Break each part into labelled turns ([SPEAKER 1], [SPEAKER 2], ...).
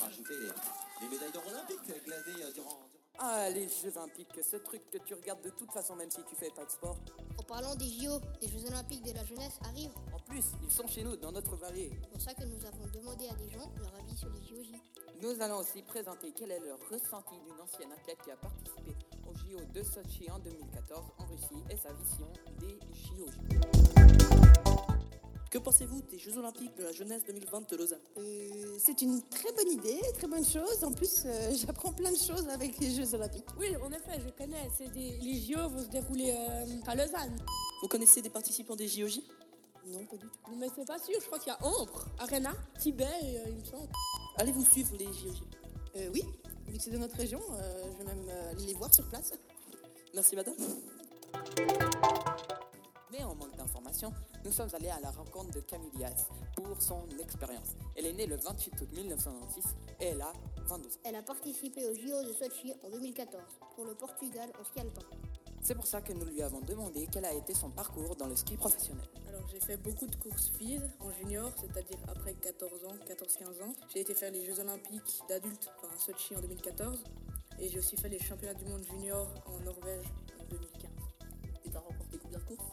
[SPEAKER 1] rajouter les, les médailles d'or olympiques glasées euh, durant- durant...
[SPEAKER 2] Ah, les Jeux Olympiques, ce truc que tu regardes de toute façon, même si tu fais pas de sport.
[SPEAKER 3] En parlant des JO, des Jeux Olympiques de la jeunesse arrivent.
[SPEAKER 2] En plus, ils sont chez nous, dans notre vallée.
[SPEAKER 3] C'est pour ça que nous avons demandé à des gens leur avis sur les JOJ.
[SPEAKER 2] Nous allons aussi présenter quel est le ressenti d'une ancienne athlète qui a participé aux JO de Sochi en 2014 en Russie et sa vision des JO.
[SPEAKER 4] Que pensez-vous des Jeux Olympiques de la jeunesse 2020 de Lausanne
[SPEAKER 5] Euh, c'est une très bonne idée, très bonne chose. En plus, euh, j'apprends plein de choses avec les Jeux Olympiques.
[SPEAKER 6] Oui, en effet, je connais. C'est des- les JO vont se dérouler euh, à Lausanne.
[SPEAKER 4] Vous connaissez des participants des JOJ
[SPEAKER 5] Non, pas du tout.
[SPEAKER 6] Mais c'est pas sûr, je crois qu'il y a Ambre, Arena, Tibet, euh, il me semble.
[SPEAKER 4] Allez-vous suivre les JOJ
[SPEAKER 5] Euh, oui, vu que c'est de notre région, euh, je vais même euh, aller les voir sur place.
[SPEAKER 4] Merci madame.
[SPEAKER 2] Mais en manque d'informations, nous sommes allés à la rencontre de Camille Diaz pour son expérience. Elle est née le 28 août 1996 et elle a 22 ans.
[SPEAKER 3] Elle a participé aux JO de Sochi en 2014 pour le Portugal en ski alpin.
[SPEAKER 2] C'est pour ça que nous lui avons demandé quel a été son parcours dans le ski professionnel.
[SPEAKER 7] Alors j'ai fait beaucoup de courses filles en junior, c'est-à-dire après 14 ans, 14-15 ans. J'ai été faire les Jeux Olympiques d'adultes enfin, à Sochi en 2014 et j'ai aussi fait les Championnats du monde junior en Norvège en 2015.
[SPEAKER 4] Et t'as remporté combien de courses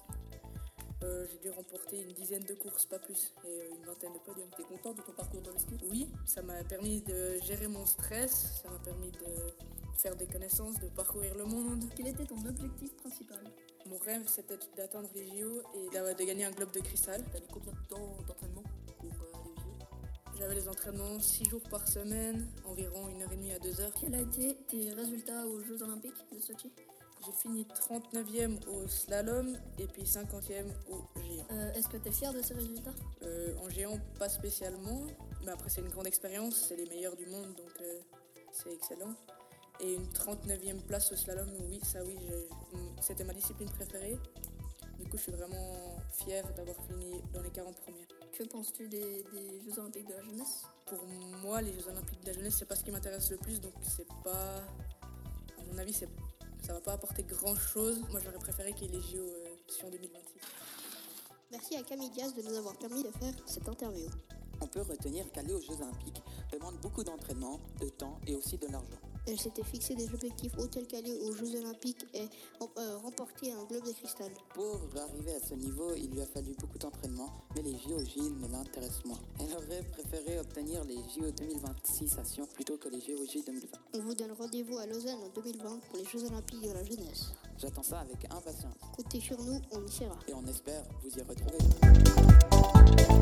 [SPEAKER 7] Euh, j'ai dû remporter une dizaine de courses, pas plus, et euh, une vingtaine de podiums.
[SPEAKER 4] T'es content de ton parcours dans le ski
[SPEAKER 7] Oui, ça m'a permis de gérer mon stress, ça m'a permis de faire des connaissances, de parcourir le monde.
[SPEAKER 8] Quel était ton objectif principal
[SPEAKER 7] Mon rêve c'était d'atteindre les JO et d'avoir- de gagner un globe de cristal.
[SPEAKER 4] T'as mis combien de temps d'entraînement pour euh, aller aux JO
[SPEAKER 7] J'avais les entraînements 6 jours par semaine, environ 1h30 à 2h.
[SPEAKER 8] Quels a été tes résultats aux Jeux Olympiques de Sochi
[SPEAKER 7] J'ai fini 39e au slalom et puis 50e au géant.
[SPEAKER 8] Euh, Est-ce que tu es fier de ces résultats
[SPEAKER 7] Euh, en géant, pas spécialement, mais après c'est une grande expérience, c'est les meilleurs du monde, donc euh, c'est excellent. Et une 39e place au slalom, oui, ça oui, je- c'était ma discipline préférée. Du coup, je suis vraiment fière d'avoir fini dans les 40 premières.
[SPEAKER 8] Que penses-tu des, des Jeux Olympiques de la jeunesse
[SPEAKER 7] Pour moi, les Jeux Olympiques de la jeunesse, c'est pas ce qui m'intéresse le plus, donc c'est pas. À mon avis, c'est- ça va pas apporter grand chose. Moi, j'aurais préféré qu'il y ait les JO euh, sur 2026.
[SPEAKER 3] Merci à Camille Diaz de nous avoir permis de faire cette interview.
[SPEAKER 2] On peut retenir qu'aller aux Jeux Olympiques demande beaucoup d'entraînement, de temps et aussi de l'argent.
[SPEAKER 3] Elle s'était fixé des objectifs auxquels qu'aller aux Jeux Olympiques et euh, remporter un globe de cristal.
[SPEAKER 2] Pour arriver à ce niveau, il lui a fallu beaucoup d'entraînement, mais les JOJ ne l'intéressent moins. Elle aurait préféré obtenir les JO 2026 à Sion plutôt que les JOJ 2020.
[SPEAKER 3] On vous donne rendez-vous à Lausanne en 2020 pour les Jeux Olympiques de la jeunesse.
[SPEAKER 2] J'attends ça avec impatience
[SPEAKER 3] Comptez sur nous, on y sera.
[SPEAKER 2] et on espère vous y retrouver.